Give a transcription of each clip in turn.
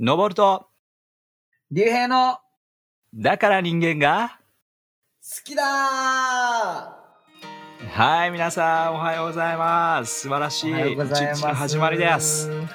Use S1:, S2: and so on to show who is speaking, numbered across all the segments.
S1: 登ると、
S2: 竜兵の好
S1: だから人間が、
S2: きだー
S1: はい、皆さん、おはようございます。素晴らしい
S2: おはようございま
S1: 一
S2: す。
S1: 日の始まりです。。ん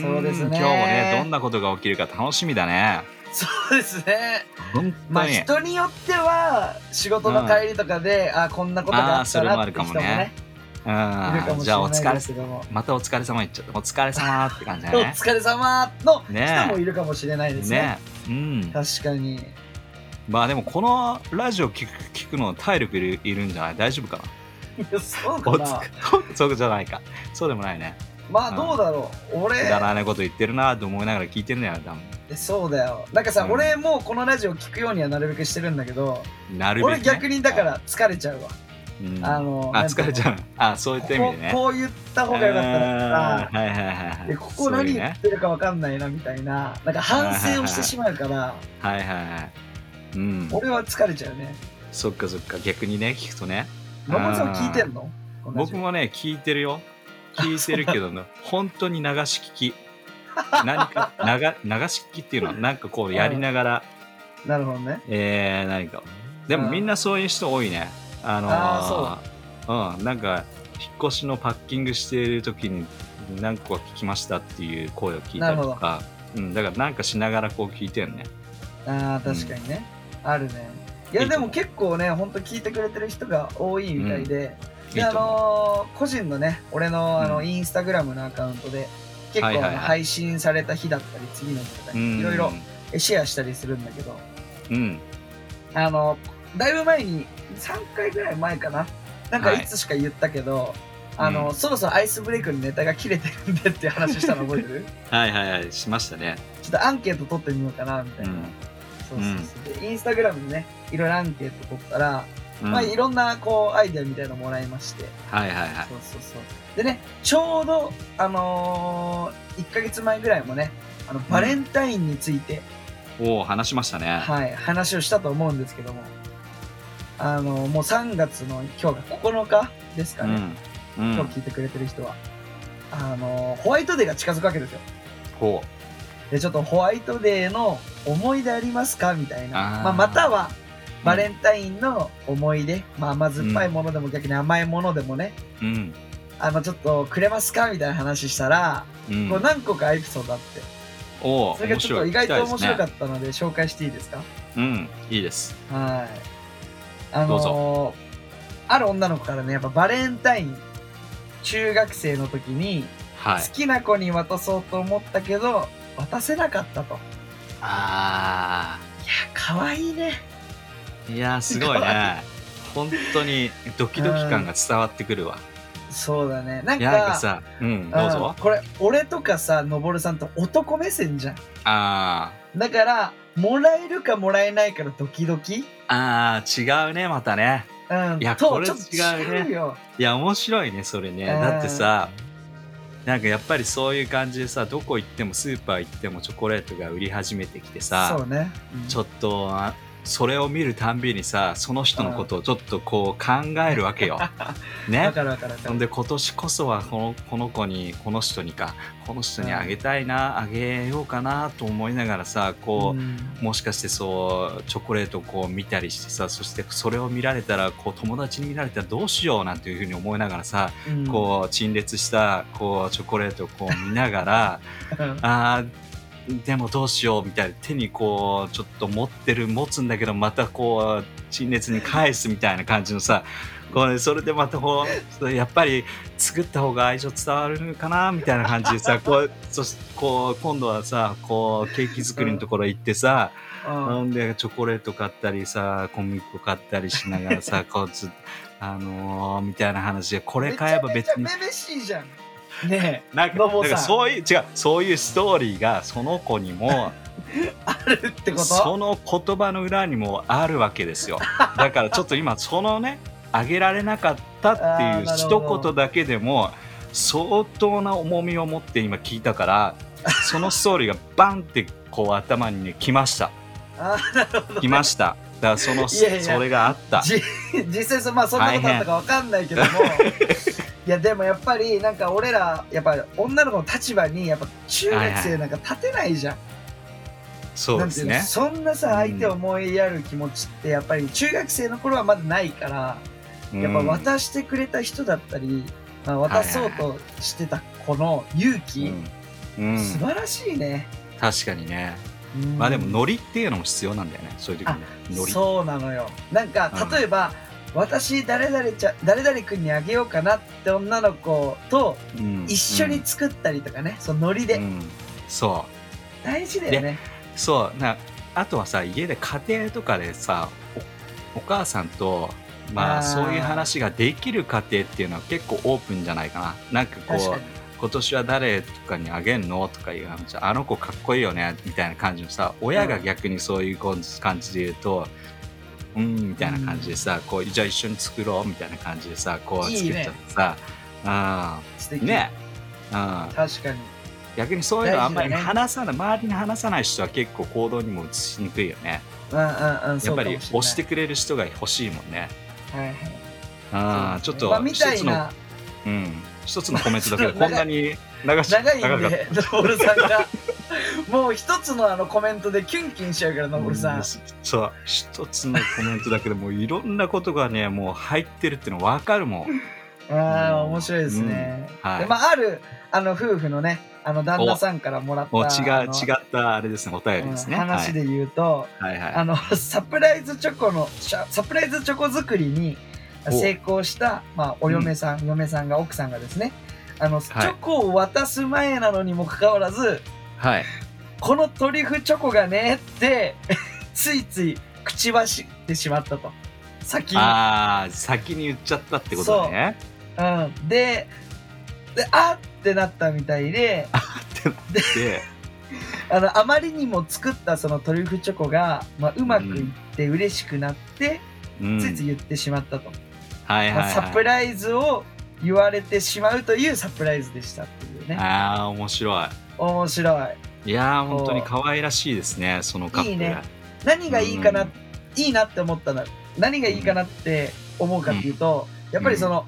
S2: そうですね
S1: 今日もね、どんなことが起きるか楽しみだね。
S2: そうですね。
S1: 本
S2: ま
S1: 当
S2: あ
S1: に。
S2: 人によっては仕事の帰りとかで、あこんなことがあったなって人もね、いるか
S1: う
S2: も
S1: ん。
S2: し
S1: じ
S2: れ
S1: ゃあ、
S2: な
S1: お疲
S2: いで
S1: れ、
S2: すけども。
S1: またお疲れ様言っちゃった。お疲れ様って感じだ
S2: お
S1: ね。
S2: 疲れ様の
S1: ね
S2: 人もいるかもしれないですね。
S1: ね。うん。
S2: 確か に。
S1: まあでも、このラジオ聞く聞くの体力いるいるんじゃない大丈夫かない
S2: やそう
S1: お
S2: かな
S1: 疲。れそうじゃないか。そうでもないね。
S2: まあどうだろう。
S1: く
S2: 俺、
S1: だらないこと言ってるなと思いながら聞いてるんだよね、多分。
S2: そうだよ。なんかさ、
S1: うん
S2: 俺もうこのラジオ聞くようにはなるべくしてるんだけど、
S1: なるべく、ね。
S2: 俺逆にだか、ら疲れちゃうわ。
S1: うん、
S2: あの、
S1: あ
S2: なんて
S1: 疲
S2: いう
S1: れ
S2: の
S1: ちゃうあそういった意味でね
S2: こここう言った方がよかったな
S1: あーはいはいはいは
S2: で
S1: い
S2: ここ何
S1: そういう
S2: 言っ
S1: ね
S2: てるかわかんないなみたいななんか反省をしてしまうから
S1: はいはいはいうん
S2: 俺は疲れちゃうね
S1: そっかそっか逆にね聞くとね
S2: 野本さん聞いてんのこのラジ
S1: 僕
S2: オ
S1: もね聞いてるよ聞いてるけどね本当に流し聞き何か流流し聞きっていうのはなんかこうやりながら、
S2: なるほどね
S1: えー、何かで
S2: う
S1: も
S2: ん
S1: みんなそういう人多いねあのー
S2: あ
S1: うんなんか引っ越しのパッキングしている時に何個か聞きましたっていう声を聞いたりとか、うん、だからなんかしながらこう聞いてるね
S2: あー確かにね、あるねいや
S1: いい
S2: で
S1: と思
S2: も
S1: う
S2: 結構ねほんと聞いてくれてる人が多いみたいで、
S1: いい
S2: で
S1: と
S2: あ
S1: 思う
S2: のー個人のね俺のあの、
S1: うん
S2: インスタグラムのアカウントで結構、
S1: はいはいはい
S2: あの配信された日だったり次の日だったりいろいろえシェアしたりするんだけど、
S1: うん
S2: あの、だいぶ前に、3回ぐらい前かな。なんか
S1: はい
S2: いつしか言ったけど、あ
S1: う
S2: の、
S1: ん
S2: そろそろアイスブレイクのネタが切れてるんでっていう話したの覚えて る
S1: はいはいはいしましたね
S2: ちょっとアンケート取ってみようかな、みたいな。
S1: うん
S2: そうそうそう。で、インスタグラムにね、いろいろアンケート取ったら、
S1: うん
S2: まあいろんなこう、アイデアみたいなのもらいまして。
S1: はいはいはい
S2: そうそうそう。でね、ちょうど、あのー、1ヶ月前ぐらいもね、あの、バレンタインについて、
S1: おお話しましたね
S2: はい、話をしたと思うんですけども、あの、もう3月の今日が9日ですかね、
S1: うん、う
S2: 今
S1: ん
S2: 日、聞いてくれてる人は。あの、ホワイトデーが近づくわけですよ。
S1: ほ
S2: で、ちょっとホワイトデーの思い出ありますかみたいな。
S1: あー
S2: まあ、または、バレンタインの思い出、まあ、甘酸っぱいものでも逆に甘いものでもね、
S1: ううん
S2: あの、ちょっとくれますかみたいな話したら、
S1: うん
S2: こう何個かエピソードあって、
S1: おお
S2: それがちょっと意外と面白か
S1: っ
S2: ったので紹介していいですか
S1: た、うんいいです
S2: はい。あのー
S1: どう
S2: ある女の子からね、やっぱバレンタイン、中学生の時に、
S1: はい
S2: 好きな子に渡そうと思ったけど、渡せなかったと。い
S1: あ
S2: や、可愛いね。
S1: ーいやーすごい
S2: か
S1: ね本当にドキドキ感が伝わってくるわ、
S2: そうだね。なん
S1: いやなん
S2: か、
S1: かさうんどうぞ
S2: んこれ、俺とかさ、のぼるさんと男目線じゃん。
S1: あ
S2: だから、もらえるかもらえないかのドキドキ
S1: ーあー違うねまたね
S2: うん。
S1: いや
S2: と
S1: これ
S2: ちょっと
S1: 違うね
S2: よ。
S1: いや面白いねそれね、
S2: うん
S1: だってさなんかやっぱりそういう感じでさどこ行ってもスーパー行ってもチョコレートが売り始めてきて
S2: そ
S1: さ
S2: うね。うん
S1: ちょっとあそれを見るたんびにさその人のことをちょっとこう考えるわけよ。
S2: わ
S1: ね
S2: かるわかるわか
S1: ほん
S2: る。
S1: で今年こそはこのこの子にこの人にかこの人にあげたいな、あげようかなと思いながらさこう、
S2: うん
S1: もしかしてそうチョコレートをこう見たりしてさそしてそれを見られたらこう友達に見られたらどうしようなんていうふうに思いながらさ、
S2: うん
S1: こう陳列したこうチョコレートをこう見ながら
S2: うん
S1: あーでもどうしようみたいな手にこうちょっと持ってる持つんだけどまたこう陳列に返すみたいな感じのさこうそれでまたこうそれやっぱり作った方が愛情伝わるかなみたいな感じでさ こうそしこう今度はさこうケーキ作りのところ行ってさ、
S2: うん
S1: なんでチョコレート買ったりさ小麦粉買ったりしながら さこうずあのー、みたいな話でこれ買えば別に
S2: めちゃめちゃめめしいじゃんね
S1: なんか
S2: ロボ
S1: なん
S2: さん
S1: かそういう違うそういうストーリーがその子にも
S2: えあるってこと
S1: その言葉の裏にもあるわけ ですよだからちょっと今そのねあげられなかったって
S2: あ
S1: い
S2: ー
S1: う
S2: なるほど
S1: 一言だけでも相当な重みを持って今聞いたからそのストーリーがバンってこう頭にね来ました
S2: あ
S1: 来ましただからその
S2: いやいや
S1: それがあった
S2: じ 実際そ,、まあ、そんなことあったかわかんな いけどもいやでもやっぱりなんか俺らやっぱ女の子の立場にやっぱ中学生なんか立てないじゃん、
S1: そうです
S2: なん
S1: ね
S2: ていうのそんなさ相手を思いやる気持ちってやっぱり中学生の頃はまだないから、やっぱ
S1: うん
S2: 渡してくれた人だったり、まあ、渡そうとしてたこの勇気、
S1: うんうん
S2: 素晴らしいね、
S1: 確かにね
S2: うん
S1: まあでもノリっていうのも必要なんだよねそういう時にねノリ
S2: そうなのよなんか
S1: うん
S2: 例えば、私誰々ちゃ誰々君にあげようかなって女の子と
S1: うん
S2: 一緒に作ったりとかね、そのノリで、
S1: うんそ
S2: 大事だよね
S1: うそうなあとはさ家で家庭とかでさおお母さんとま
S2: あ
S1: あ
S2: ー
S1: そういう話ができる家庭っていうのは結構オープンじゃないかななんかこ
S2: 確かに
S1: う今年は誰とかにあげんのとかいう話あの子かっこいいよねみたいな感じのさ親が逆にそういうこう感じで言うとうんみたいな感じでさ、こうじゃあ一緒に作ろうみたいな感じでさこう
S2: いい
S1: 作っ
S2: ね
S1: ちゃってさあ
S2: 素
S1: あ
S2: 敵
S1: ねうん、
S2: 確かに
S1: 逆にそういうのあんまり
S2: 大事だね
S1: 話さない、周りに話さない人は結構行動にも移しにくいよね
S2: うんうんうん
S1: や
S2: そ
S1: っ
S2: う
S1: ぱ
S2: かも
S1: り
S2: れない
S1: 押してくれる人が欲しいもんね
S2: はいはい
S1: ああち
S2: そ
S1: ょ
S2: う
S1: っと
S2: ですねまあみ
S1: 一
S2: た
S1: つ
S2: い
S1: の、
S2: な
S1: うん、一つのコメントだけで
S2: 長
S1: こ
S2: い
S1: んなに長し
S2: 長い
S1: 長か
S2: ん
S1: った
S2: で、ノブルさんが、もう一つのあのコメントでキュンキュンしちゃうから、ノブルさ。
S1: うんそう一つのコメントだけでもういろんなことがねもう入ってるっての分かるもん
S2: ああ、面白いですね。
S1: うんはい
S2: でまあ、ある、あの、夫婦のね、あの、旦那さんからもらった、
S1: もう違
S2: あ
S1: う
S2: の
S1: 違ったあれですねお便りですね、
S2: うん話で言うと、
S1: はいはいは
S2: あの、サプライズチョコの、シャサプライズチョコ作りに
S1: お
S2: 成功した、まあ、お嫁さん、嫁さんが、奥さんがですね、あの、チョコを渡す前なのにもかかわらず、
S1: い、はい、
S2: このトリュフチョコがねって ついつい口走ってしまったと先に、
S1: ああ先に言っちゃったってことね
S2: うん、でであってなったみたいで
S1: で
S2: あのあまりにも作ったそのトリュフチョコが、まあ、うまくいって嬉しくなって、
S1: うん
S2: ついつい言ってしまったと、
S1: はいはい、
S2: まあ
S1: はい、
S2: サプライズを言われてしまうというサプライズでしたっていうね
S1: ああ面白い
S2: 面白い
S1: いやー本当に可愛らしいですねそのカップル
S2: いいね何がいいかな、
S1: うん
S2: いいなって思ったの何がいいかなって思うかっていうと、やっぱりその、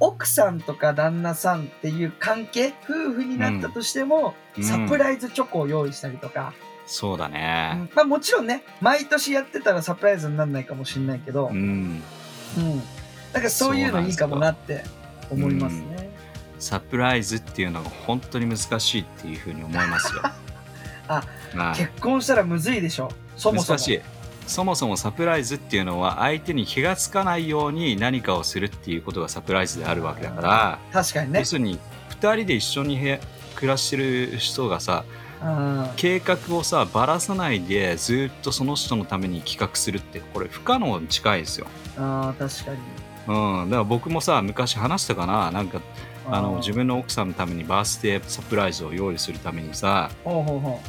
S2: 奥さんとか旦那さんっていう関係夫婦になったとしても、
S1: うん
S2: サプライズチョコを用意したりとか、
S1: そうだ
S2: う
S1: ね
S2: んまあもちろんね毎年やってたらサプライズにならないかもしれないけど、
S1: う
S2: うん
S1: ん、
S2: なんかそういうのいいかもなって思いますね。
S1: サプライズっていうのが本当に難しいっていうふうに思いますよ
S2: あ
S1: はい
S2: 結婚したらむずいでしょそもそも
S1: 難しいそもそもサプライズっていうのは相手に気がつかないように何かをするっていうことがサプライズであるわけだから、
S2: 確かにね
S1: 要、するに2人で一緒に部屋暮らしてる人がさ
S2: うん、
S1: 計画をさばらさないでずっとその人のために企画するってこれ不可能に近いですよ。
S2: あー確かに
S1: うん、だから僕もさ昔話したかななんかあの
S2: ー
S1: 自分の奥さんのためにバースデーサプライズを用意するためにさ
S2: ほうほうほ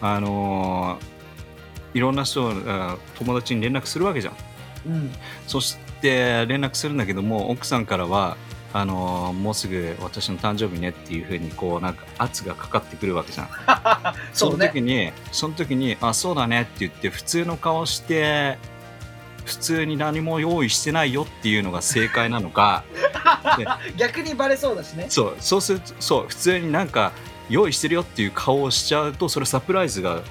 S1: あのーいろんな人あ友達に連絡するわけじゃん。
S2: ううん
S1: そして連絡するんだけども奥さんからはあのーもうすぐ私の誕生日ねっていうふうにこうなんか圧がかかってくるわけじゃん
S2: そう
S1: の
S2: ね
S1: 時にその時に「あそうだね」って言って普通の顔して普通に何も用意してないよっていうのが正解なのか
S2: 逆にバレそうだしね
S1: そうそうするとそう普通になんか用意してるよっていう顔をしちゃうとそれサプライズがん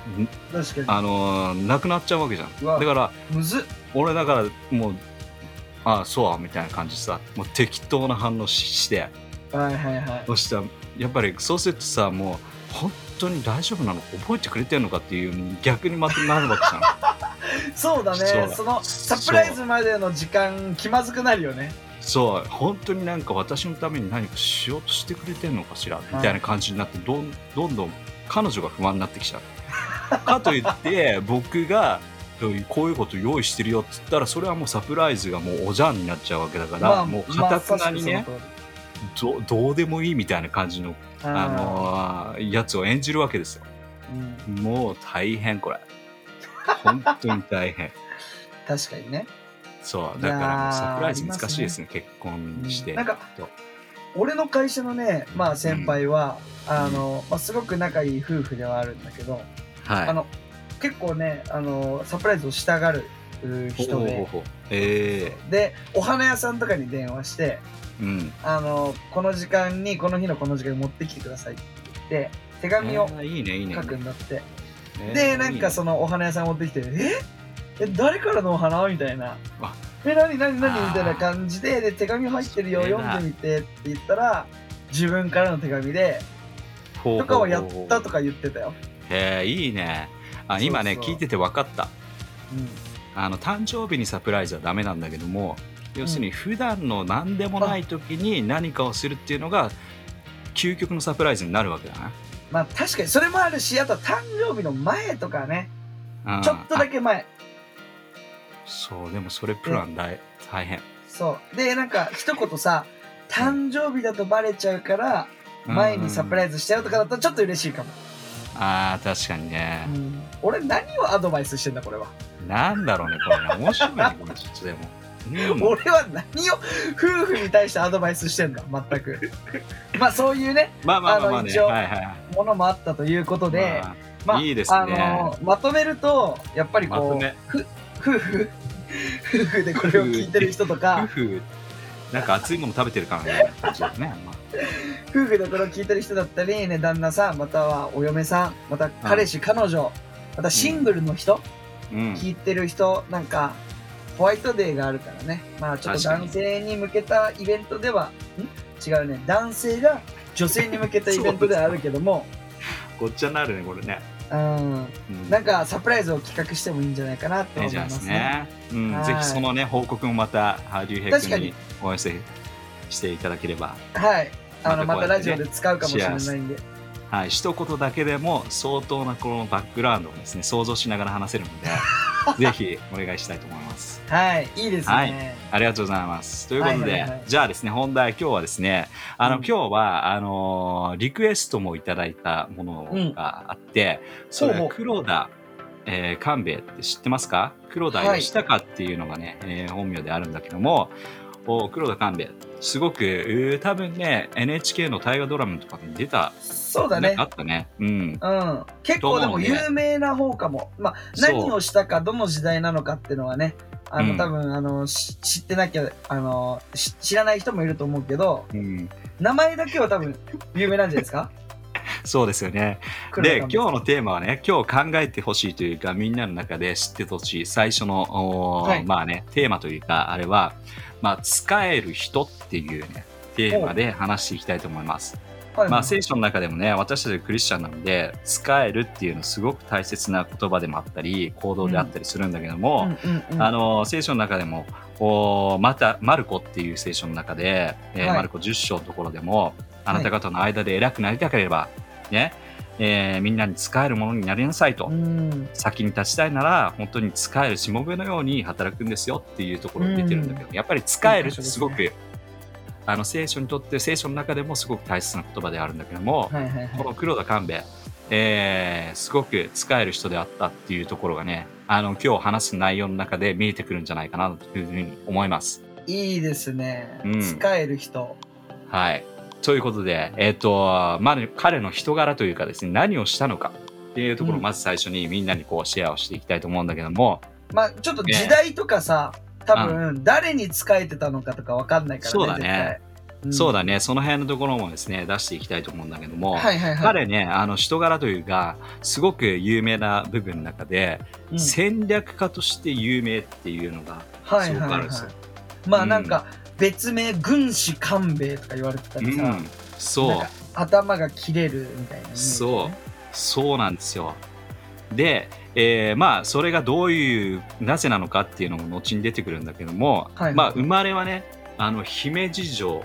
S2: 確か
S1: あのーなくなっちゃうわけじゃん
S2: うわ
S1: だから
S2: にむずっ
S1: 俺だからもうああそうみたいな感じでさもう適当な反応しして
S2: はいはいはい
S1: そしたらやっぱりそうするとさもう本当に大丈夫なの覚えてくれてんのかっていう逆にまたなるわけじゃん
S2: そうだ
S1: そう
S2: ね
S1: だ
S2: その
S1: そ
S2: サ
S1: う
S2: プライズまでの時間気まずくなるよね
S1: そう本当になんか私のために何かしようとしてくれてんのかしらみたいな感じになってどんどんどん彼女が不安になってきちゃう かといって僕がこういうこと用意してるよって言ったらそれはもうサプライズがもうおじゃんになっちゃうわけだから、もうかたくなにね、
S2: ま
S1: どどうでもいいみたいな感じの、
S2: あ
S1: あ
S2: さしくその通
S1: のーやつを演じるわけですよ。
S2: りうん
S1: もう大変これ。本当に大変。
S2: 確かにね
S1: そう、だからもう
S2: いやー
S1: サプライズ難しいですね、結婚して。
S2: なんか
S1: と
S2: 俺の会社のねまあ先輩はあのまあすごく仲いい夫婦ではあるんだけど
S1: はい。
S2: あの結構ねあのサプライズをしたがるう
S1: ほう
S2: 人
S1: ほう
S2: で
S1: ほうえ
S2: でお花屋さんとかに電話して
S1: えうん。
S2: あのこの時間にこの日のこの時間に持ってきてくださいって言って手紙を
S1: あーいいね、いいね
S2: 書。くんだって、でなんかそのお花屋さん持ってきて「ええ誰からのお花?」みたいな
S1: わ
S2: 「え何何何?」
S1: あー
S2: みたいな感じでで手紙入ってるよ
S1: それだ
S2: 読んでみてって言ったら自分からの手紙で「とかをやった」と
S1: か
S2: か言ってたよ。
S1: へえいいねあ今ね
S2: そうそう
S1: 聞いてて分かった
S2: うん
S1: あの誕生日にサプライズはダメなんだけども要するに
S2: う
S1: 普段の何でもない時に何かをするっていうのが究極のサプライズになるわけだな
S2: まあ確かにそれもあるしあと誕生日の前とかね
S1: うん
S2: ちょっとだけ前
S1: あそうでもそれプラン大大変
S2: そうでなんか一言さ誕生日だとバレちゃうから前にサプラ
S1: イ
S2: イズしたよとかだったらちょっと嬉しいかも、
S1: ズあー確かにね
S2: うん俺何をアドバイスしてんだこれは、
S1: なんだろうねこれね面白いねこの術でも うん
S2: 俺は何を夫婦に対してアドバイスしてんだ全くまあそういうね
S1: まあまあまあまあ
S2: あの
S1: ね
S2: 一応
S1: はいはいはい
S2: ものもあったということで、
S1: まあ
S2: まあ
S1: いいですね
S2: あのまとめるとやっぱり
S1: まと
S2: こう、
S1: め
S2: 夫婦 夫婦でこれを聞いてる人と
S1: 夫
S2: か
S1: 婦なんか熱いもの食べてる感じね感じだね、ま
S2: 夫婦でこれを聞いてる人だったり、ね、旦那さんまたはお嫁さんまた彼氏、彼女またシングルの人、
S1: あうん、
S2: 聞いてる人なんかホワイトデーがあるからねまあちょっと
S1: 確かに
S2: 男性に向けたイベントではん違うね男性が女性に向けたイベントではあるけども
S1: ごっちゃになるねこれね、
S2: うん
S1: うん
S2: なんかサプライズを企画してもいいんじゃないかなって
S1: い
S2: 思
S1: い
S2: い
S1: じゃないで
S2: ま
S1: す
S2: す
S1: か
S2: ね。
S1: ね、うん
S2: はい
S1: ぜひそのね報告もまたハリュウ
S2: 確
S1: ヘ
S2: か
S1: イ
S2: に
S1: にお寄せしていただければ
S2: はいあの
S1: また
S2: ま
S1: こうやっ
S2: たラ
S1: て
S2: ジ
S1: ね
S2: オで使うかもしれないんで
S1: はい一言だけでも相当なこのバックグラウンドをですね想像しながら話せるの でぜひお願いしたいと思います
S2: はいいいですね、
S1: はいありがとうございますということで、
S2: はいはいはい
S1: じゃあですね本題今日はですねあの、
S2: うん
S1: 今日はあのーリクエストもいただいたものがあって、それ
S2: ほう
S1: は
S2: ほう
S1: 黒田、えー勘兵衛って知ってますか黒田義孝っていうのがね、えー本名であるんだけどもお黒田勘兵衛すごくうー多分ね NHK の大河ドラマとかに出た
S2: そうだ
S1: なん
S2: ね
S1: かあったねうん
S2: うん、結構でも有名な方かも、まあ、何をしたかどの時代なのかっていうのはねあの、
S1: うん
S2: 多分あのし知ってなきゃあのし知らない人もいると思うけど
S1: うん、
S2: 名前だけは多分有名なんじゃないで すか
S1: そうですよねで今日のテーマはね今日考えてほしいというかみんなの中で知っててほしい最初の、おー
S2: はい
S1: まあねテーマというかあれは、まあ、使える人っていうねテーマで話していきたいと思います。
S2: 日はい
S1: まあ、聖書の中でもね私たちクリスチャンなので使えるっていうのすごく大切な言葉でもあったり行動であったりするんだけども、
S2: うんうんうん
S1: あの聖書の中でもおーまたマルコっていう聖書の中で、えー
S2: はい
S1: マルコ10章のところでもあなた方の間で偉くなりたければ、ねえーみんなに使えるものになりなさいと、
S2: うん
S1: 先に立ちたいなら本当に使えるしもべのように働くんですよっていうところが出てるんだけど、やっぱり使えるってすご
S2: いい
S1: くあの聖書にとって聖書の中でもすごく大切な言葉であるんだけども、
S2: はいはい
S1: こ
S2: は
S1: の黒田勘兵衛、えーすごく使える人であったっていうところがね、あの、今日話す内容の中で見えてくるんじゃないかなというふうに思います。
S2: いいいですね、
S1: うん
S2: 使える人
S1: はい。ということで、えっ、と、まあ、彼の人柄というかですね、何をしたのかっていうところを
S2: うん
S1: まず最初にみんなにこうシェアをしていきたいと思うんだけども、
S2: まあちょっと時代とかさ、多分誰に使えてたのかとかわかんないからね
S1: そうだね
S2: 絶対ん
S1: そうだね、その辺のところもですね、出していきたいと思うんだけども、
S2: はいはいはい
S1: 彼ね、あの人柄というか、すごく有名な部分の中で、
S2: うん
S1: 戦略家として有名っていうのが
S2: はい
S1: すご
S2: はい
S1: くあ
S2: は
S1: るん
S2: い
S1: ですよ。
S2: ま
S1: う
S2: あ
S1: ん
S2: なんか別名軍師官兵衛とか言われてたりさ、
S1: うん、そう
S2: なんか頭が切れるみたいなイメージね
S1: そうそうなんですよで、えーまあそれがどういうなぜなのかっていうのも後に出てくるんだけども、
S2: はい
S1: まあ生まれはねあの姫路城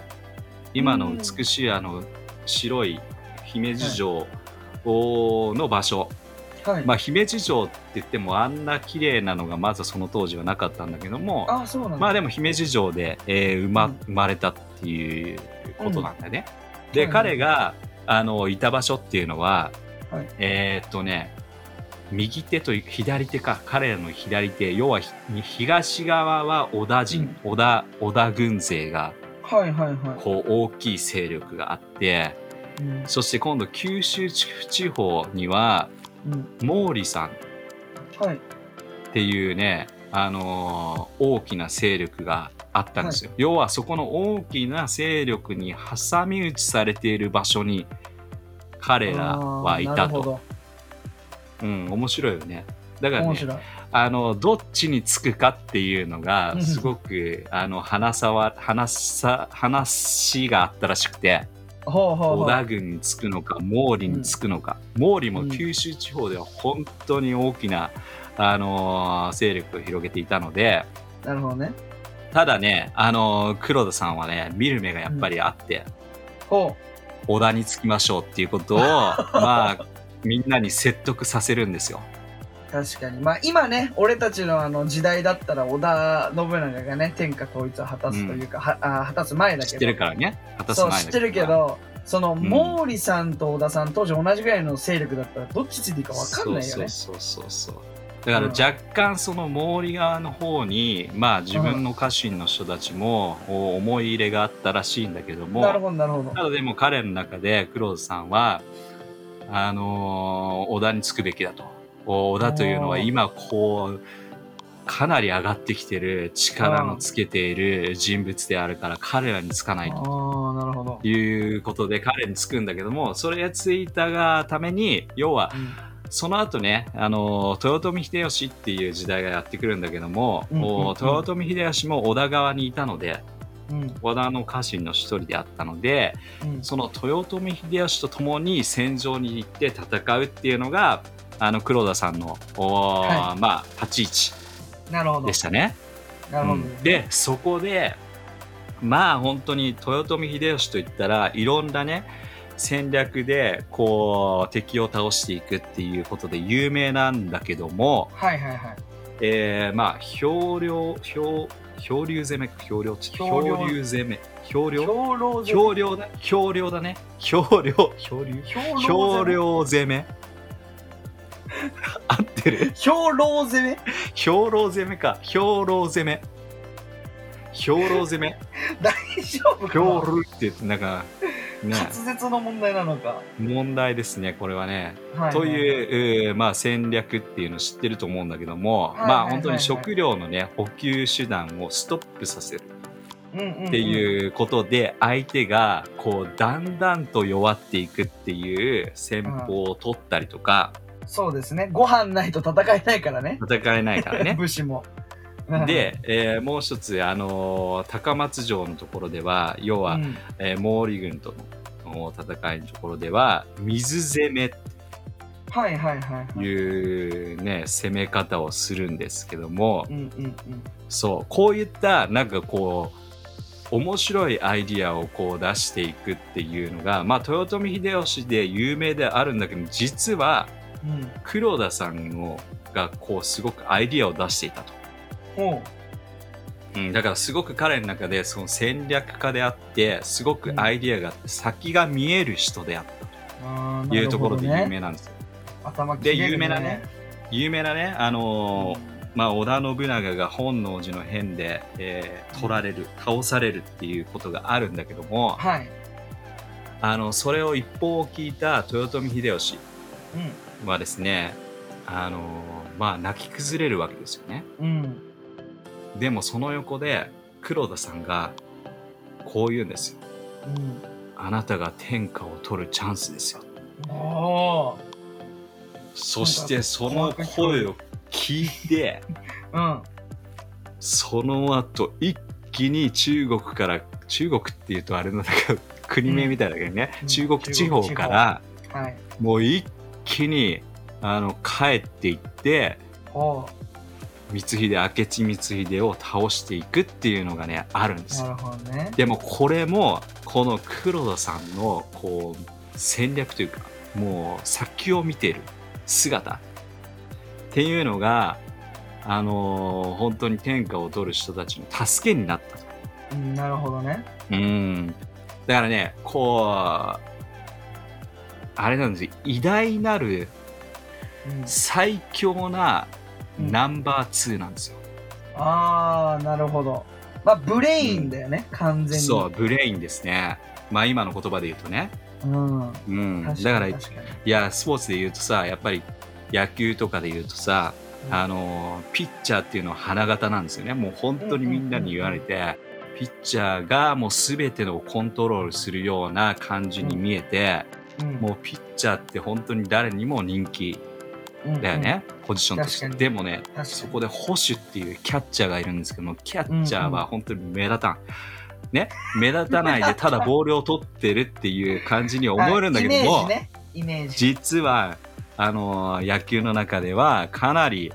S1: 今の美しいあの白い姫路城の場所、
S2: はい、
S1: まあ姫路城って言ってもあんな綺麗なのがまずその当時はなかったんだけども
S2: ああそうなんだ
S1: まあでも姫路城で、えー生ま
S2: うん
S1: 生まれたっていうことなんだね。
S2: ん
S1: で、
S2: はい
S1: 彼があのいた場所っていうのは、
S2: はい
S1: えーっとね右手と左手か彼の左手要はひ東側は織田人、織田織田軍勢が
S2: はいはいは
S1: こう大きい勢力があって
S2: い、うん
S1: そして今度九州地方には
S2: うん、
S1: 毛利さん
S2: はい
S1: っていうね、あのー大きな勢力があったんですよ、要はそこの大きな勢力に挟み撃ちされている場所に彼らはい
S2: あーな
S1: た
S2: るほ
S1: と、
S2: ど
S1: ううん、面白いよね。だから
S2: 面
S1: ね、
S2: 白い。
S1: あのどっちにつくかっていうのが
S2: うん
S1: すごく、あの話さわ話さ話があったらしくて
S2: ほうほう
S1: 織
S2: ほう。
S1: 田軍につくのか毛利につくのか、毛利も九州地方では本当に大きな、あのー勢力を広げていたので
S2: なるほどね。
S1: ただね、あのー黒田さんはね見る目がやっぱりあって、
S2: ほ
S1: 織田につきましょうっていう ことをまあみんなに説得させるんですよ。
S2: う。確かに。まあ今ね、俺たちのあの時代だったら織田信長がね、天下統一を果たすというか、はあ果たす前だけど。
S1: 知ってるからね果たす
S2: そ
S1: 前
S2: う、
S1: だ
S2: 知ってるけど、その毛利さんと織田さん、当時同じぐらいの勢力だったら、どっちついていいか分かんないよね。
S1: そうそうそうそうだから
S2: うん
S1: 若干その毛利側の方に、まあ自分の家臣の人たちもお思い入れがあったらしいんだけども
S2: なるほど、なるほど。
S1: ただでも彼の中で黒田さんはあのー織田につくべきだとお織田というのは
S2: おー
S1: 今こうかなり上がってきてる力のつけている人物であるから彼らにつかないと
S2: ああ、なるほど。
S1: いうことで彼につくんだけどもそれがついたがために要はその後ね、あの豊臣秀吉っていう時代がやってくるんだけども、
S2: うんうんうん
S1: お豊臣秀吉も織田側にいたので
S2: うん。うん。
S1: 織田の家臣の一人であったので
S2: うん
S1: その豊臣秀吉と共に戦場に行って戦うっていうのがあの黒田さんの、お
S2: は
S1: まあ、立ち位
S2: なるほ
S1: 置
S2: ど
S1: で。したね。
S2: なるほど
S1: うん。でそこでまあ本当に豊臣秀吉といったらいろんなね戦略でこう敵を倒していくっていうことで有名なんだけども、
S2: はいはいはい。
S1: えーまあ氷量氷氷流攻めか氷量
S2: 氷量
S1: 氷流攻め氷量
S2: 兵糧攻め
S1: 氷量だ氷量だね氷量氷流
S2: 兵
S1: 氷
S2: 糧攻め
S1: 量攻め 合ってる
S2: 兵糧攻め
S1: 兵糧攻めか兵糧攻め兵糧攻め
S2: 大丈 夫か
S1: 恐怖ってなんかね
S2: 滑舌の問題なのか。
S1: 問題ですねこれはね。
S2: は
S1: と
S2: う。
S1: いう、えーまあ、戦略っていうのを知ってると思うんだけども、
S2: いはい
S1: ま
S2: は
S1: あ
S2: い
S1: 本当に食料のね補給手段をストップさせる
S2: うんうんうん。
S1: っていうことで相手がこうだんだんと弱っていくっていう戦法を取ったりとか
S2: そうですね。ご飯ないと戦えないからね。。
S1: 戦えないから ね
S2: 武士も。
S1: で、えーもう一つ、あのー高松城のところでは要
S2: う
S1: は、
S2: ん、
S1: えー毛利軍との戦いのところでは水攻め
S2: はいはいはい、はい。
S1: いうね攻め方をするんですけども
S2: うんうんうん。
S1: そうこういったなんかこう面白いアイディアをこう出していくっていうのが、まあ、豊臣秀吉で有名であるんだけど実は
S2: うん。
S1: 黒田さんをがこうすごくアイディアを出していたと、
S2: ほ
S1: うん、だからすごく彼の中でその戦略家であってすごくアイディアがあって先が見える人であっ
S2: う。
S1: た
S2: あー
S1: というところで有。
S2: なるほどね
S1: 名なんですよ。
S2: 頭切
S1: で
S2: れる
S1: 有名なね。有名なね、あのーまあ、織田信長が本能寺の変で、えー取られる倒されるっていうことがあるんだけども
S2: はい。
S1: あのそれを一報を聞いた豊臣秀吉はですね、あのーまあ、泣き崩れるわけですよね
S2: うん。うん。
S1: でもその横で黒田さんがこう言うんですよ
S2: う
S1: あなたが天下を取るチャンスですよ
S2: ん。おー
S1: そしてその声を聞い て
S2: うん。
S1: その後一気に中国から中国っていうとあれなんだけど国名みたいだけどね、
S2: うん
S1: 中国地方から
S2: はい。
S1: もう一気にあの帰っていって
S2: ほ
S1: 光秀明智光秀を倒していくっていうのがねあるんで
S2: う。
S1: す
S2: な
S1: よ。
S2: るほどね。
S1: でもこれもこの黒田さんのこう戦略というかもう先を見ている姿っていうのがあのー本当に天下を取る人たちの助けになったと。
S2: うん、なるほどね。
S1: うん。だからね、こう、あれなんですよ。偉大なる
S2: うん、
S1: 最強な
S2: うん
S1: ナンバー2なんですよ。
S2: ああ、なるほど。まあ、ブレインだよね、完全に。
S1: そう、ブレインですね。まあ今の言葉で言うとね。
S2: う。うん。
S1: うん。だ
S2: 確
S1: か、
S2: からに
S1: い
S2: 確かに。
S1: や、スポーツで言うとさ、やっぱり野球とかで言うとさ、あの、ピッチャーっていうのは花形なんですよね。もう本当にみんなに言われて、ピッチャーがもう全てのをコントロールするような感じに見えて、
S2: うん、
S1: もうピッチャーって本当に誰にも人気
S2: うんうん
S1: だよ。ね、ポジションとして
S2: 確かに
S1: でもね
S2: 確かに
S1: そこで保守っていうキャッチャーがいるんですけどもキャッチャーは本当に目立たん、ね目立たないでただボールを取ってるっていう感じに思えるんだけど
S2: あイメージ
S1: も、
S2: ね。イメージ。
S1: 実はあのー野球の中ではかなり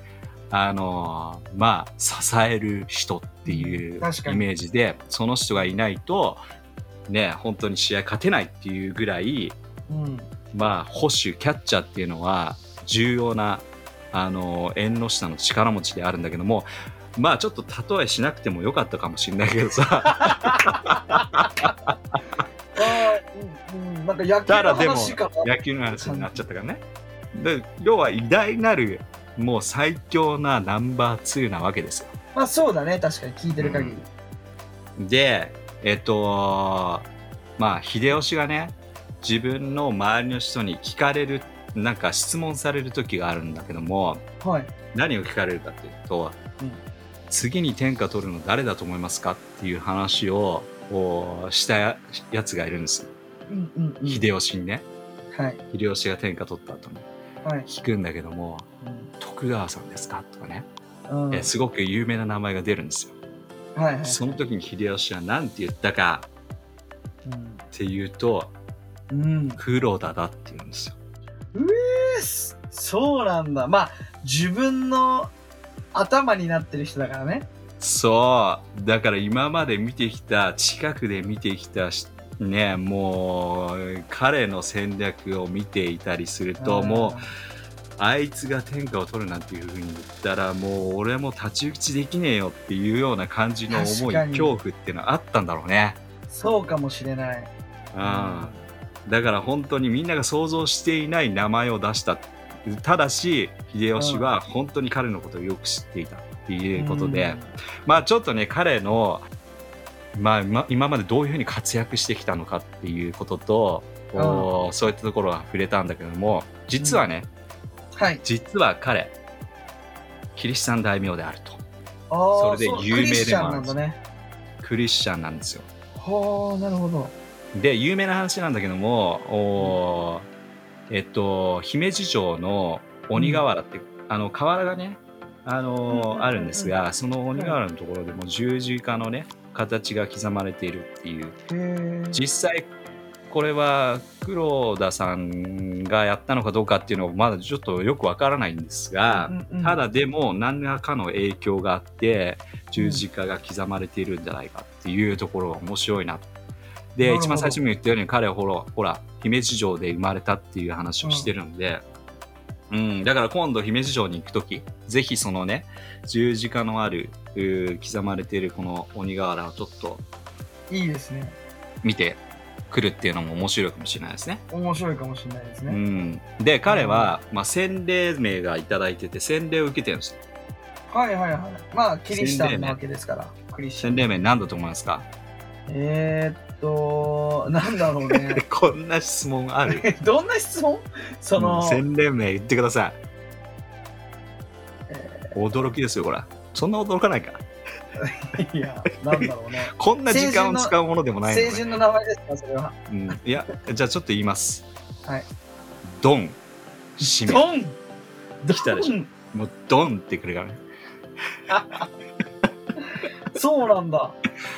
S1: あのーまあ支える人っていうイメ
S2: 確かに
S1: ージでその人がいないとね本当に試合勝てないっていうぐらい
S2: うん。
S1: まあ、保守、キャッチャーっていうのは重要なあの縁の下の力持ちであるんだけども、まあちょっと例えしなくてもよかったかもしれないけどさ、
S2: あーうんうん、なんか野球
S1: ただ
S2: の
S1: でも
S2: 話かな。
S1: 野球の話になっちゃったからね。で要は偉大なる、もう最強なナンバー2なわけですよ。
S2: まあそうだね、確かに聞いてる限り。
S1: で、えっと、まあ秀吉がね、自分の周りの人に聞かれる、なんか質問される時があるんだけども、
S2: はい。
S1: 何を聞かれるかっていうと、
S2: うん
S1: 次に天下取るの誰だと思いますかっていう話をこうしたややつがいるんです
S2: うんうんうん。
S1: 秀吉にね
S2: はい。
S1: 秀吉が天下取った後に
S2: はい。
S1: 聞くんだけども
S2: うん
S1: 「徳川さんですか?」とかね、
S2: うん。
S1: えすごく有名な名前が出るんですよ、
S2: はいはい。
S1: その時に秀吉は何て言ったかっていうと
S2: うん。うん
S1: 「黒田だ」って言うんですよ
S2: うえーすそうなんだ。まあ、自分の頭になってる人だからね。
S1: そうだから今まで見てきた近くで見てきたしねもう彼の戦略を見ていたりするともうあいつが天下を取るなんていうふうに言ったらもう俺も太刀打ちできねえよっていうような感じの思
S2: 確
S1: い
S2: かに
S1: 恐怖っていうのはあったんだろうね。
S2: うんそうかもしれない。
S1: うん、だから本当にみんなが想像していない名前を出したただし秀吉は本当に彼のことをよく知っていたっていうことで。まあちょっとね彼の、まあ、ま今までどういうふうに活躍してきたのかっていうことと、こうそういったところは触れたんだけども実はね、
S2: うん、はい。
S1: 実は彼キリシタン大名であると
S2: あー
S1: それで
S2: そう
S1: 有名でもある
S2: クリスチャンなんだね。
S1: クリスチャンなんですよ。
S2: はあ、なるほど。
S1: で有名な話なんだけどもおー、えっと姫路城の鬼瓦って、あの瓦がねあ
S2: うんう
S1: の
S2: んうんう
S1: ー
S2: ん
S1: あるんですがその鬼瓦のところでも十字架のね形が刻まれているっていう
S2: へえ。
S1: 実際これは黒田さんがやったのかどうかっていうのはまだちょっとよくわからないんですが、
S2: うんうん
S1: ただでも何らかの影響があって十字架が刻まれているんじゃないかっていうところは面白いな
S2: な
S1: で
S2: るほど
S1: 一番最初にも言ったように彼はほらほら姫路城で生まれたっていう話をしてるんで、うんだから今度姫路城に行く時ぜひそのね十字架のあるうー刻まれているこの鬼瓦をちょっと
S2: いいですね。
S1: 見てくるっていうのも面白いかもしれないですね。
S2: 面白いかもしれないです
S1: う
S2: ね。
S1: ん、で彼は、まあ、洗礼名がいただいてて洗礼を受けてるんですよ
S2: はいはいはい。まあ、キリシタンなわけですから。クリスチャ
S1: 洗
S2: ン。
S1: 礼名何だと思いますか
S2: えー、っと、なんだろう ね。
S1: こんな質問ある
S2: どんな質問 その、
S1: 洗礼名言ってください、驚きですよこれそんな驚かないか
S2: いや、なんだろうね。
S1: こんな時間を使うものでもないの
S2: 成
S1: で、
S2: 人の名前ですか、それは。
S1: うん、いやじゃあちょっと言います
S2: はい
S1: ドン締め
S2: ドン
S1: 来たでし
S2: ょ。
S1: もうドンってくるからね
S2: そうなんだ。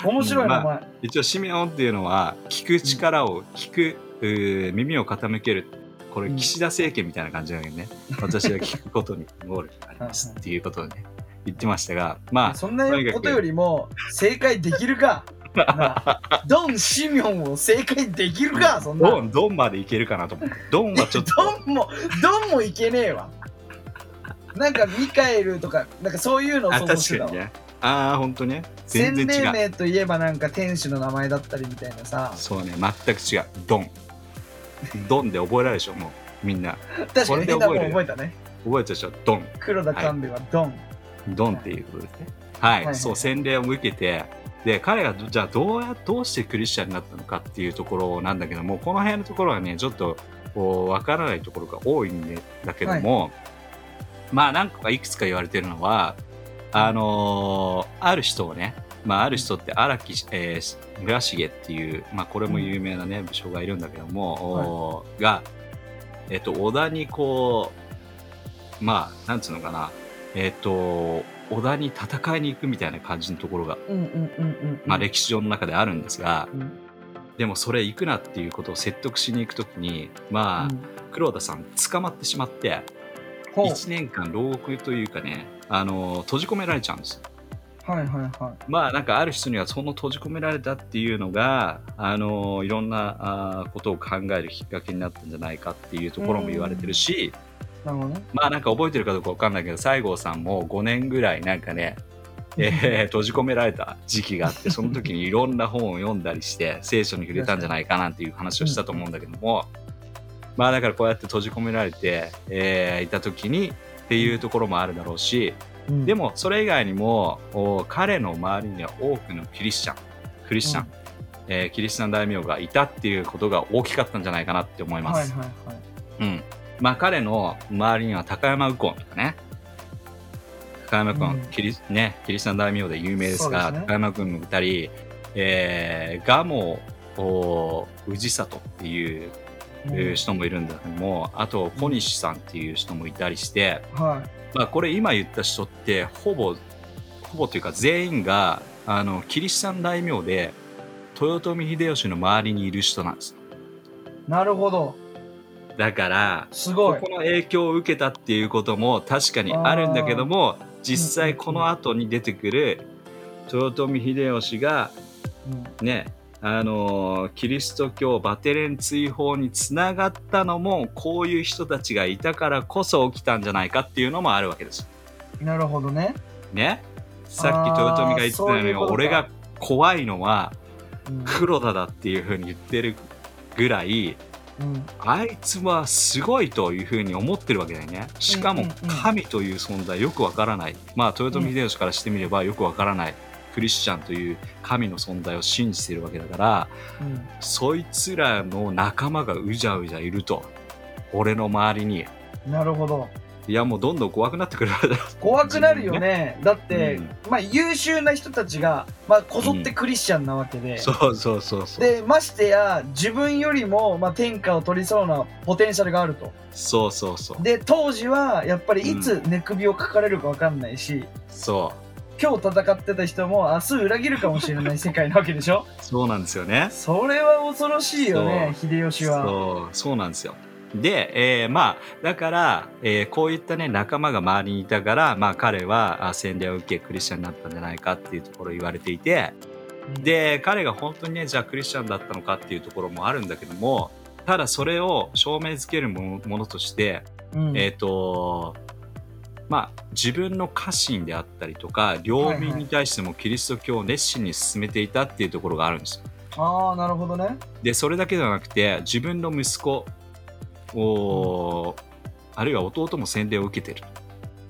S2: 面白い名前。
S1: 一応シメオンっていうのは聞く力を聞く、うー耳を傾けるこれ
S2: うん
S1: 岸田政権みたいな感じなんだけどね、私は聞くことに能力があります
S2: はいはい
S1: っていうことをね言ってましたがま
S2: そんな
S1: とにかく
S2: ことよりも、正解できるか。なあドン・シミョンを正解できるか、
S1: あ
S2: そんな。
S1: ドンドンまでいけるかなと思ってドンはちょっ と
S2: ドンも、ドンもいけねえわ。なんかミカエルとか、なんかそういうのを
S1: あ
S2: 想像し
S1: 確
S2: てた
S1: か
S2: わ
S1: に。ねああ本当ね
S2: 洗
S1: 全
S2: 礼
S1: 然違う
S2: 名といえばなんか天使の名前だったりみたいなさ。
S1: そうね全く違うドンドンで覚えられるでしょもうみんな
S2: 確か
S1: こ
S2: に
S1: れで
S2: みんな
S1: 覚
S2: も
S1: え
S2: う
S1: る
S2: 覚えたね。
S1: 覚えたでしょドン
S2: 黒田官兵衛はドン。
S1: ドンっていうことですね。はい、
S2: いはい
S1: そう洗礼を受けてで彼がどじゃあどうやどうしてクリスチャンになったのかっていうところなんだけどもこの辺のところはねちょっとこうわからないところが多いんでだけども、まあ何個かいくつか言われてるのはあのーある人をねまあ、ある人って荒木、えー、村重っていう、まあ、これも有名な、ね、武将がいるんだけども、おーが、えっと、織田にこうまあなんつうのかなえっ、と織田に戦いに行くみたいな感じのところが、
S2: うんうんうんうん。
S1: まあ、歴史上の中であるんですが、
S2: うん
S1: でもそれ行くなっていうことを説得しに行くときにまあ、黒田さん捕まってしまって
S2: ほう
S1: 1年間牢獄というかねあの閉じ込められちゃうんです
S2: はいはいは
S1: まあなんかある人にはその閉じ込められたっていうのがあのいろんなあーことを考えるきっかけになったんじゃないかっていうところも言われてるし、
S2: い。なるほどね。
S1: まあなんか覚えてるかどうかわかんないけど西郷さんも5年ぐらいなんか ね、えー閉じ込められた時期があってその時にいろんな本を読んだりして聖書に触れたんじゃないかなんていう話をしたと思うんだけども、まあだからこうやって閉じ込められて、えーいた時にっていうところもあるだろうし、
S2: うん
S1: で、もそれ以外にもお彼の周りには多くのキリシチャンクリスチャン、
S2: うん
S1: えーキリシタン大名がいたっていうことが大きかったんじゃないかなって思いま
S2: はいはい
S1: す、
S2: はい。
S1: うんまあ、彼の周りには高山右近とかね高山君、
S2: うん
S1: キリね、キリシタン大名で有名ですが
S2: そうですね
S1: 高山君の2人、えー、ガモお氏里っていうえー人もいるんだけども、あと小西さんっていう人もいたりして、
S2: は
S1: まあ、これ今言った人ってほぼほぼというか全員があのキリシタン大名で豊臣秀吉の周りにいる人なんです
S2: い。なるほど。
S1: だから
S2: す
S1: こ
S2: ごい。
S1: この影響を受けたっていうことも確かにあるんだけども実際この後に出てくる豊臣秀吉が
S2: うん
S1: ねあのーキリスト教バテレン追放につながったのもこういう人たちがいたからこそ起きたんじゃないかっていうのもあるわけですよ
S2: なるほどね。
S1: ねさっき豊臣が言ってたよう
S2: あーそうい
S1: に
S2: うことか
S1: 俺が怖いのは
S2: うん
S1: 黒田だっていうふうに言ってるぐらい
S2: うん
S1: あいつはすごいというふうに思ってるわけだよねしかも
S2: うんうんうん
S1: 神という存在よくわからないまあ豊臣秀吉からしてみればよくわからないクリスチャンという神の存在を信じてるわけだから
S2: うん
S1: そいつらの仲間がうじゃうじゃいると俺の周りに
S2: なるほど。
S1: いやもうどんどん怖くなってくるわけだ
S2: 怖くなるよね。だって、
S1: うん
S2: まあ優秀な人たちが、まあ、こぞってクリスチャンなわけで。
S1: そうそうそうそう
S2: でましてや自分よりも、まあ、天下を取りそうなポテンシャルがあると
S1: そうそうそう
S2: で当時はやっぱりいつ寝首をかかれるか分かんないし、
S1: そう
S2: 今日戦ってた人も明日裏切るかもしれない世界なわけでしょ
S1: そうなんですよね。
S2: それは恐ろしいよね秀吉は
S1: そうそうなんですよ。で、えーまあだから、えーこういったね仲間が周りにいたから、まあ、彼はあ洗礼を受けクリスチャンになったんじゃないかっていうところを言われていてで彼が本当にねじゃあクリスチャンだったのかっていうところもあるんだけどもただそれを証明づけるものものとして、
S2: うん
S1: えっ、とまあ自分の家臣であったりとか領民に対してもキリスト教を熱心に進めていたっていうところがあるんですよ
S2: ああなるほどね
S1: でそれだけではなくて自分の息子を、あるいは弟も洗礼を受けてる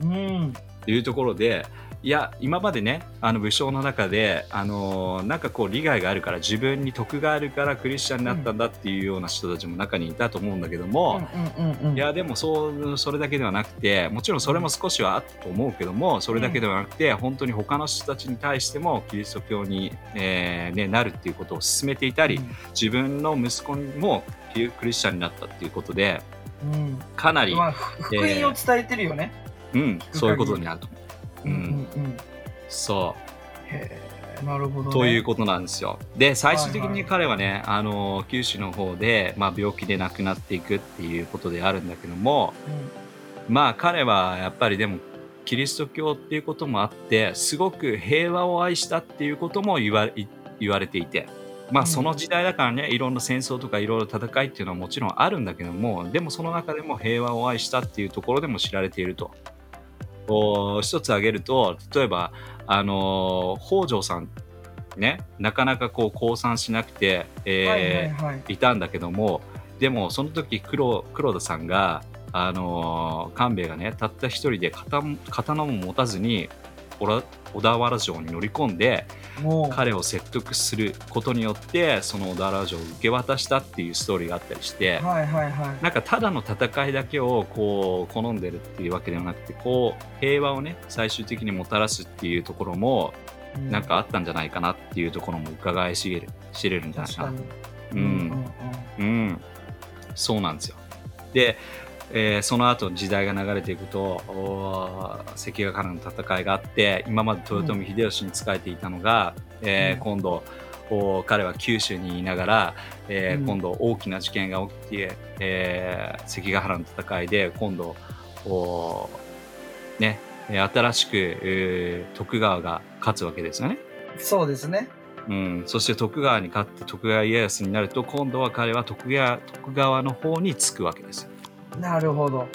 S2: うん
S1: というところでいや今までねあの武将の中で、あのーなんかこう利害があるから自分に得があるからクリスチャンになったんだっていうような人たちも中にいたと思うんだけど
S2: うん
S1: も、
S2: うんうんうん
S1: いやでもそうそれだけではなくてもちろんそれも少しはあったと思うけどもそれだけではなくて本当に他の人たちに対してもキリスト教に、えーね、なるっていうことを進めていたり、自分の息子にもクリスチャンになったっていうことで
S2: うん、うん
S1: かなり、
S2: まあふ福音を
S1: え
S2: 伝
S1: ー
S2: えてるよね、
S1: うん、そういうことになると思う。うん
S2: うんうん
S1: そ
S2: へえなるほど、
S1: う
S2: ね、
S1: ということなんですよ。で最終的
S2: はい
S1: に
S2: はい
S1: 彼はね、あの九州の方で、まあ、病気で亡くなっていくっていうことであるんだけどもまあ彼はやっぱりでもキリスト教っていうこともあってすごく平和を愛したっていうことも言わい言われていて。まあ
S2: うん
S1: その時代だからね、いろんな戦争とかいろいろ戦いっていうのはもちろんあるんだけどもでもその中でも平和を愛したっていうところでも知られているとお一つ挙げると例えば、あのー北条さんねなかなかこう降参しなくて、え
S2: うん
S1: ー
S2: はいはいはい
S1: いたんだけどもでもその時黒黒田さんが、あのー官兵衛がねたった一人で刀も刀も持たずにおら小田原城に乗り込んで
S2: もう
S1: 彼を説得することによってその小田原城を受け渡したっていうストーリーがあったりして。
S2: はいはいはい
S1: なんかただの戦いだけをこう好んでるっていうわけではなくてこう平和をね最終的にもたらすっていうところも
S2: う
S1: なんかあったんじゃないかなっていうところも伺い知れる知れるんじゃない
S2: 確
S1: か
S2: か
S1: な
S2: に
S1: うん、うん、そうなんですよでえーその後時代が流れていくとおー関ヶ原の戦いがあって今まで豊臣秀吉に仕えていたのが、えー
S2: うん
S1: 今度おー彼は九州にいながら、えー
S2: うん
S1: 今度大きな事件が起きて、えー関ヶ原の戦いで今度おーねえー新しく、えー徳川が勝つわけですよね。
S2: そうですね。
S1: うん、そして徳川に勝って徳川家康になると今度は彼は徳川徳川の方につくわけですよ
S2: なるほど。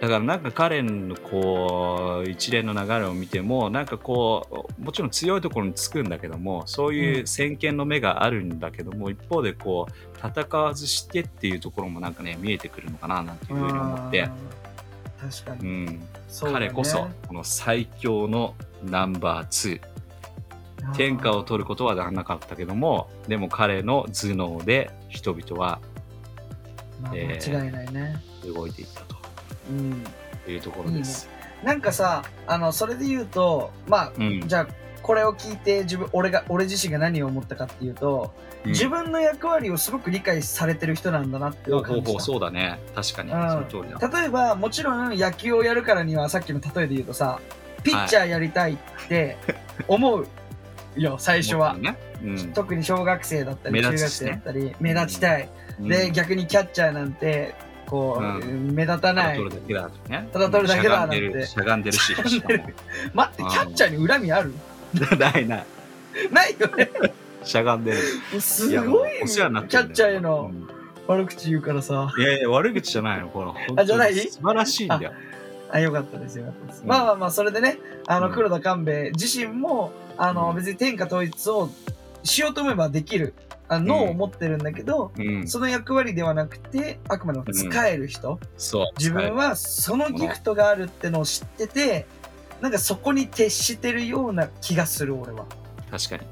S1: だからなんか彼のこう一連の流れを見てもなんかこうもちろん強いところにつくんだけどもそういう先見の目があるんだけども、一方でこう戦わずしてっていうところもなんかね見えてくるのかななんていうふうに思って、
S2: うん確か
S1: う
S2: に。
S1: ん、
S2: そうだね
S1: 彼こそこの最強のナンバー2。天下を取ることはならなかったけどもでも彼の頭脳で人々は
S2: まあ
S1: えー
S2: 間違いないね。
S1: 動いていった
S2: うん。
S1: というところです。
S2: なんかさ、あの、それで言うと、まあ、
S1: うん
S2: じゃあ、これを聞いて自分俺が俺自身が何を思ったかっていうと、自分の役割をすごく理解されてる人なんだなって
S1: うんほ
S2: 感
S1: う
S2: じ
S1: ほう
S2: た
S1: そうだね確かに、
S2: うん
S1: その通りだ。
S2: 例えばもちろん野球をやるからにはさっきの例えで言うとさピッチャーやりたいって思うよ、最初は、
S1: ねうん
S2: 特に小学生だったり
S1: 目
S2: 中
S1: 立
S2: 学
S1: つし
S2: 生
S1: ね
S2: だったり目立ちたい、で逆にキャッチャーなんてこう、
S1: う
S2: 目立た
S1: ただ
S2: ない
S1: 取るだけだとね。
S2: ただ取るだけだなんて
S1: うんしゃがんでるしゃがんでるし。しか
S2: 待ってキャッチャーに恨みある
S1: も ないない。
S2: ないよね
S1: しゃがんでる。
S2: す
S1: やもう
S2: ごい
S1: お世話になって
S2: キャ
S1: るん
S2: ッチ
S1: だ
S2: ャ
S1: よ
S2: ーへの
S1: うん
S2: 悪口言うからさ
S1: いやいや悪口じゃないのこの本当
S2: あじゃない
S1: に素晴らしいんだよ。
S2: あ、よかったです、よかったです。
S1: うん
S2: まあまあまあ、それでね、あ
S1: う
S2: の、
S1: ん
S2: 黒田官兵衛自身も、あ
S1: う
S2: の、
S1: ん
S2: 別に天下統一をしようと思えばできる、あ脳を持ってるんだけど、
S1: うん
S2: その役割ではなくて、あくまでも使える人、
S1: そう
S2: 自分はそのギフトがあるってのを知ってて、なんかそこに徹してるような気がする、俺は。
S1: 確かに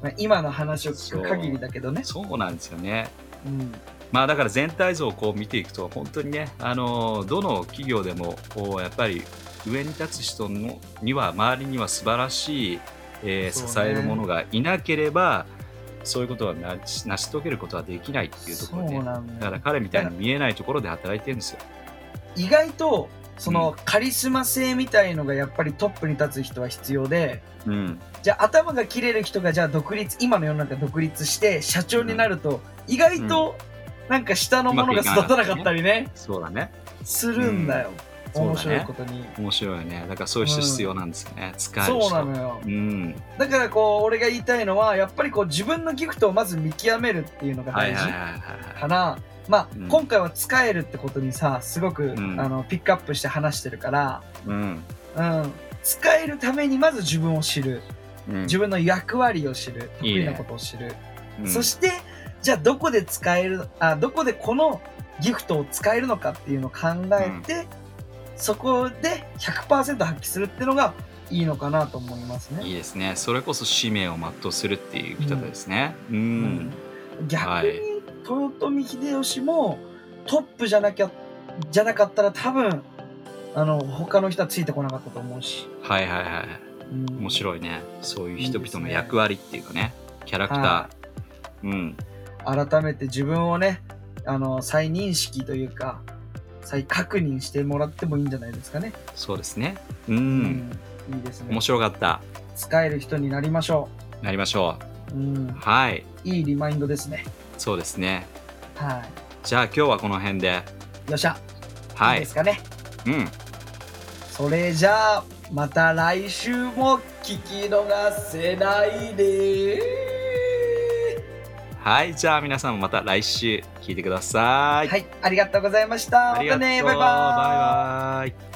S2: まあ今の話を聞く限りだけどね。
S1: そうなんですよね。
S2: うん。
S1: まあだから全体像をこう見ていくと本当にねあのどの企業でもこうやっぱり上に立つ人のには周りには素晴らしい、えー
S2: そうね
S1: 支えるものがいなければそういうことはなし成し遂げることはできないっていうとこ
S2: そ
S1: ろ
S2: う
S1: で、
S2: なん
S1: だか
S2: だ
S1: ら。彼みたいに見えないところで働いてるんですよ。
S2: 意外と、そのカリスマ性みたいのがやっぱりトップに立つ人は必要で、
S1: うん、
S2: じゃあ頭が切れる人がじゃあ独立今の世の中独立して社長になると、意外となんか下のものが育たなかったりね、
S1: そうだね
S2: するんだよ、
S1: うん
S2: 面
S1: そうだ
S2: 白
S1: ね
S2: いことに
S1: 面白いよねだからそういう人必要なんですよね、使え
S2: そ
S1: る
S2: う,、
S1: 人
S2: なのよ
S1: うん、
S2: だからこう俺が言いたいのはやっぱりこう自分のギフトをまず見極めるっていうのが
S1: はい
S2: 大
S1: はいはい
S2: 事
S1: はいは
S2: かな、まあ、
S1: うん
S2: 今回は使えるってことにさすごく、
S1: ん
S2: あのピックアップして話してるから、
S1: い、うん
S2: うん、使えるためにまず自分を知る
S1: うん
S2: 自分の役割を知る得
S1: いいね
S2: 意なことを知る
S1: うん
S2: そしてじゃあどこで使えるあどこでこのギフトを使えるのかっていうのを考えて、そこで100%発揮するっていうのがいいのかなと思いますね。
S1: いいですねそれこそ使命を全うするっていう生き方ですね。うん、は
S2: 逆
S1: い
S2: に豊臣秀吉もトップじゃなきゃじゃなかったら多分あの他の人はついてこなかったと思うし、
S1: はいはいはい
S2: うん
S1: 面白いねそういう人
S2: いいです
S1: 々の
S2: ね
S1: 役割っていうかねキャラクター、
S2: は
S1: うん
S2: 改めて自分をねあの再認識というか再確認してもらってもいいんじゃないですかね。
S1: そうですねうん、
S2: うんいいですね。
S1: 面白かった
S2: 使える人になりましょ
S1: なりましょ
S2: う。うん
S1: う、はい
S2: いいリマインドですね。
S1: そうですね
S2: は
S1: じゃあ今日はこの辺で
S2: い。よっしゃ。
S1: はい
S2: いですかね。
S1: うん
S2: それじゃあ、また来週も聞き逃せないで。
S1: はいじゃあ皆さんもまた来週聞いてください、
S2: はい、ありがとうございました。
S1: あ
S2: ま
S1: りが
S2: た
S1: とう
S2: ね、
S1: バ
S2: バ
S1: イ
S2: イ
S1: バイ